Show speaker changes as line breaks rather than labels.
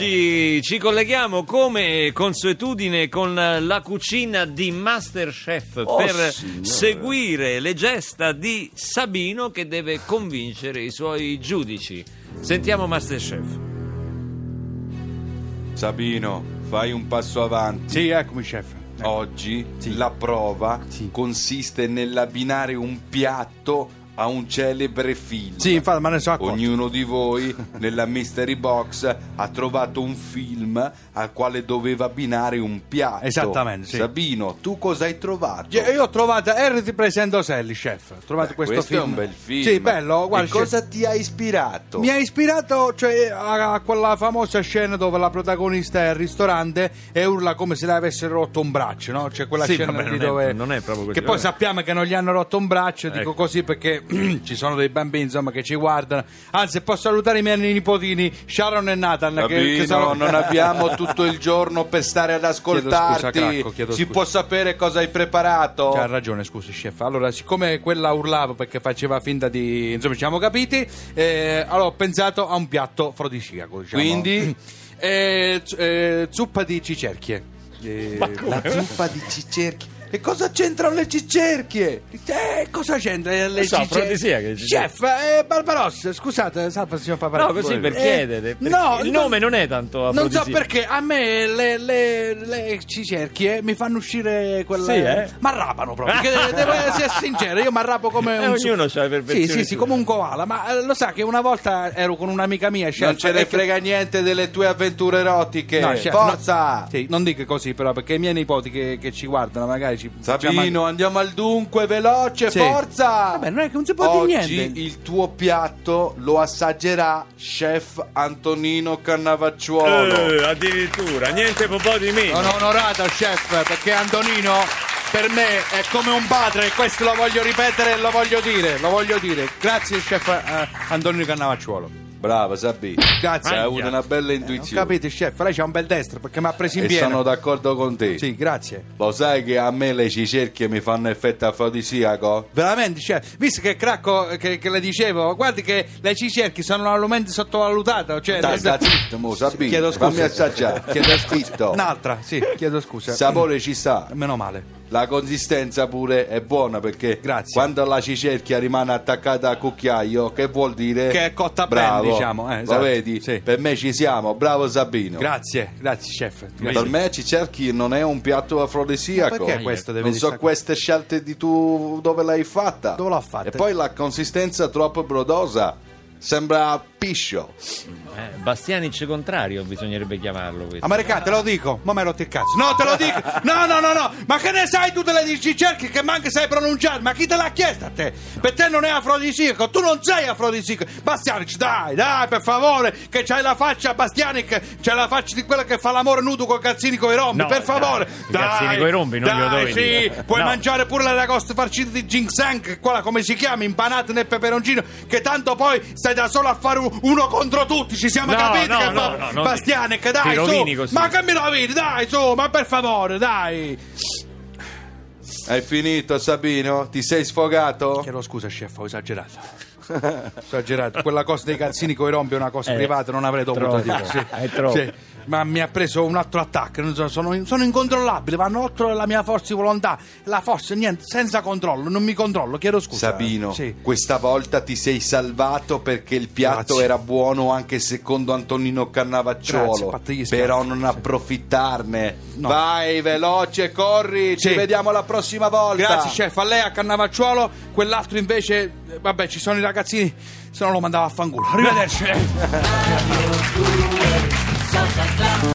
Oggi ci colleghiamo come consuetudine con la cucina di Masterchef
Oh,
per
signore.
seguire le gesta di Sabino che deve convincere i suoi giudici. Sentiamo Masterchef.
Sabino, fai un passo avanti.
Sì, eccomi chef.
Oh. Oggi la prova consiste nell'abbinare un piatto a un celebre film.
Sì, infatti, ma ne so accorto.
Ognuno di voi nella mystery box ha trovato un film al quale doveva abbinare un piatto.
Esattamente, sì.
Sabino, tu cosa hai trovato?
Cioè, Io ho trovato Harry ti presento Sally, chef. Ho trovato
Beh,
questo,
è
film.
un bel film.
Sì, bello, guarda.
E
chef,
cosa ti ha ispirato?
Mi ha ispirato cioè, a a quella famosa scena dove la protagonista è al ristorante e urla come se le avessero rotto un braccio, no? Cioè quella
Sì,
scena
vabbè,
lì
non è-
dove.
non è proprio così,
Che poi
vabbè.
sappiamo che non gli hanno rotto un braccio, dico
Ecco.
così perché ci sono dei bambini insomma che ci guardano. Anzi, posso salutare i miei nipotini Sharon e Nathan. Che,
Sabino,
che sono...
non abbiamo tutto il giorno per stare ad ascoltarti.
Chiedo scusa, Cracco, chiedo
si
scusa.
può sapere cosa hai preparato?
Oh.
C'ha ragione, scusi, chef. Allora, siccome quella urlava perché faceva finta di. Insomma, ci siamo capiti. eh, allora, ho pensato a un piatto afrodisiaco. Diciamo.
Quindi?
Eh, z- eh, zuppa di cicerchie. Eh,
La zuppa di cicerchie. E cosa c'entrano le cicerchie?
eh, cosa c'entra? eh, Le
So,
cicerchie?
afrodisiache, cicerchie.
Chef, eh, Barbarossa, scusate, salva signor Paparà.
No, così per
Eh,
chiedere. perché
no,
il
non-
nome non è tanto
Non so
afrodisiaco.
perché a me le, le, le cicerchie mi fanno uscire quella.
Sì, eh?
M'arrapano proprio. Perché de- devo essere sincero, io m'arrapo come
Eh,
un. su-
ognuno c'ha le perfezioni
Sì, sì, sì,
sue.
come un koala. Ma eh, lo sa che una volta ero con un'amica mia. chef,
non ce ne
e che-
frega niente delle tue avventure erotiche.
No, chef,
Forza!
no- sì, non dica così, però, perché i miei nipoti che, che ci guardano, magari ci.
Sabino, andiamo al dunque, veloce,
Sì.
forza!
Vabbè, non è che non si può dire
Oggi
niente.
il tuo piatto lo assaggerà chef Antonino Cannavacciuolo.
Eh, addirittura, niente un po' di meno.
Sono onorato, chef, perché Antonino per me è come un padre e questo lo voglio ripetere e lo voglio dire, lo voglio dire. Grazie, chef eh, Antonino Cannavacciuolo.
Brava Sabino.
Grazie.
Hai avuto
Aia.
una bella
Eh, Ho
intuizione.
capito, chef, lei c'ha un bel destro perché mi ha preso in
e
pieno.
sono d'accordo con te.
Sì, grazie.
Lo sai che a me le cicerchie mi fanno effetto afrodisiaco?
Veramente, chef, visto che cracco eh, che, che le dicevo, guardi che le cicerchi sono un argomento sottovalutato. Cioè,
Dai,
le-
sta zitto, mo, Sabino.
Chiedo scusa.
Fammi assaggiare.
Chiedo
Zitto.
Un'altra, sì, chiedo scusa.
Il Cioè, sapore ci sta.
Meno male.
La consistenza pure è buona perché
Grazie.
quando la cicerchia rimane attaccata al cucchiaio, che vuol dire?
Che è cotta bene,
Bravo.
diciamo, eh, esatto.
Lo vedi?
Sì.
Per me ci siamo. Bravo Sabino.
Grazie, grazie, chef.
Per me cicerchi non è un piatto afrodisiaco.
Ma perché questo deve
Non so
distacco-
queste scelte di tu dove l'hai fatta.
Dove l'ho fatta?
E poi la consistenza troppo brodosa. Sembra piscio.
Eh, Bastianic contrario bisognerebbe chiamarlo questo.
Americano, te lo dico, ma mi hai rotto il cazzo. No, te lo dico. No, no, no, no. Ma che ne sai tu delle ricerche che manca sai pronunciare? Ma chi te l'ha chiesta a te? Per te non è afrodisiaco, tu non sei afrodisiaco. Bastianic, dai, dai, per favore, che c'hai la faccia, Bastianic, c'hai la faccia di quella che fa l'amore nudo con cazzini coi rombi,
No,
per favore.
dai, i
dai,
cazzini coi rombi non glielo
dai,
dovevi
sì,
dire.
puoi
No.
mangiare pure le ragoste farcite di ginseng, quella come si chiama, impanate nel peperoncino, che tanto poi stai da solo a fare un- uno contro tutti, ci siamo
No,
capiti
no,
che
no,
fa-
no, non-
Bastianic, dai,
Ti rovini
su.
così.
Ma che mi rovini, dai, su, ma per favore, dai.
Hai finito, Sabino? Ti sei sfogato?
Chiedo scusa, chef, ho esagerato. esagerato. Quella cosa dei calzini coi rombi è una cosa
Eh,
privata, non avrei dovuto
troppo,
dire. Sì,
è troppo.
sì. Ma mi ha preso un altro attacco, non so, sono, sono incontrollabile, vanno oltre la mia forza di volontà. La forza, niente, senza controllo, non mi controllo, chiedo scusa.
Sabino,
Sì.
questa volta ti sei salvato perché il piatto
Grazie.
era buono anche secondo Antonino
Grazie,
Cannavacciolo.
fatti gli scherzi.
però non approfittarne.
No.
Vai, veloce, corri. Ci
Sì.
vediamo la prossima volta.
Grazie, chef. A lei a Cannavacciuolo, quell'altro invece, eh, vabbè, ci sono i ragazzini, se no lo mandavo a fanculo. Arrivederci.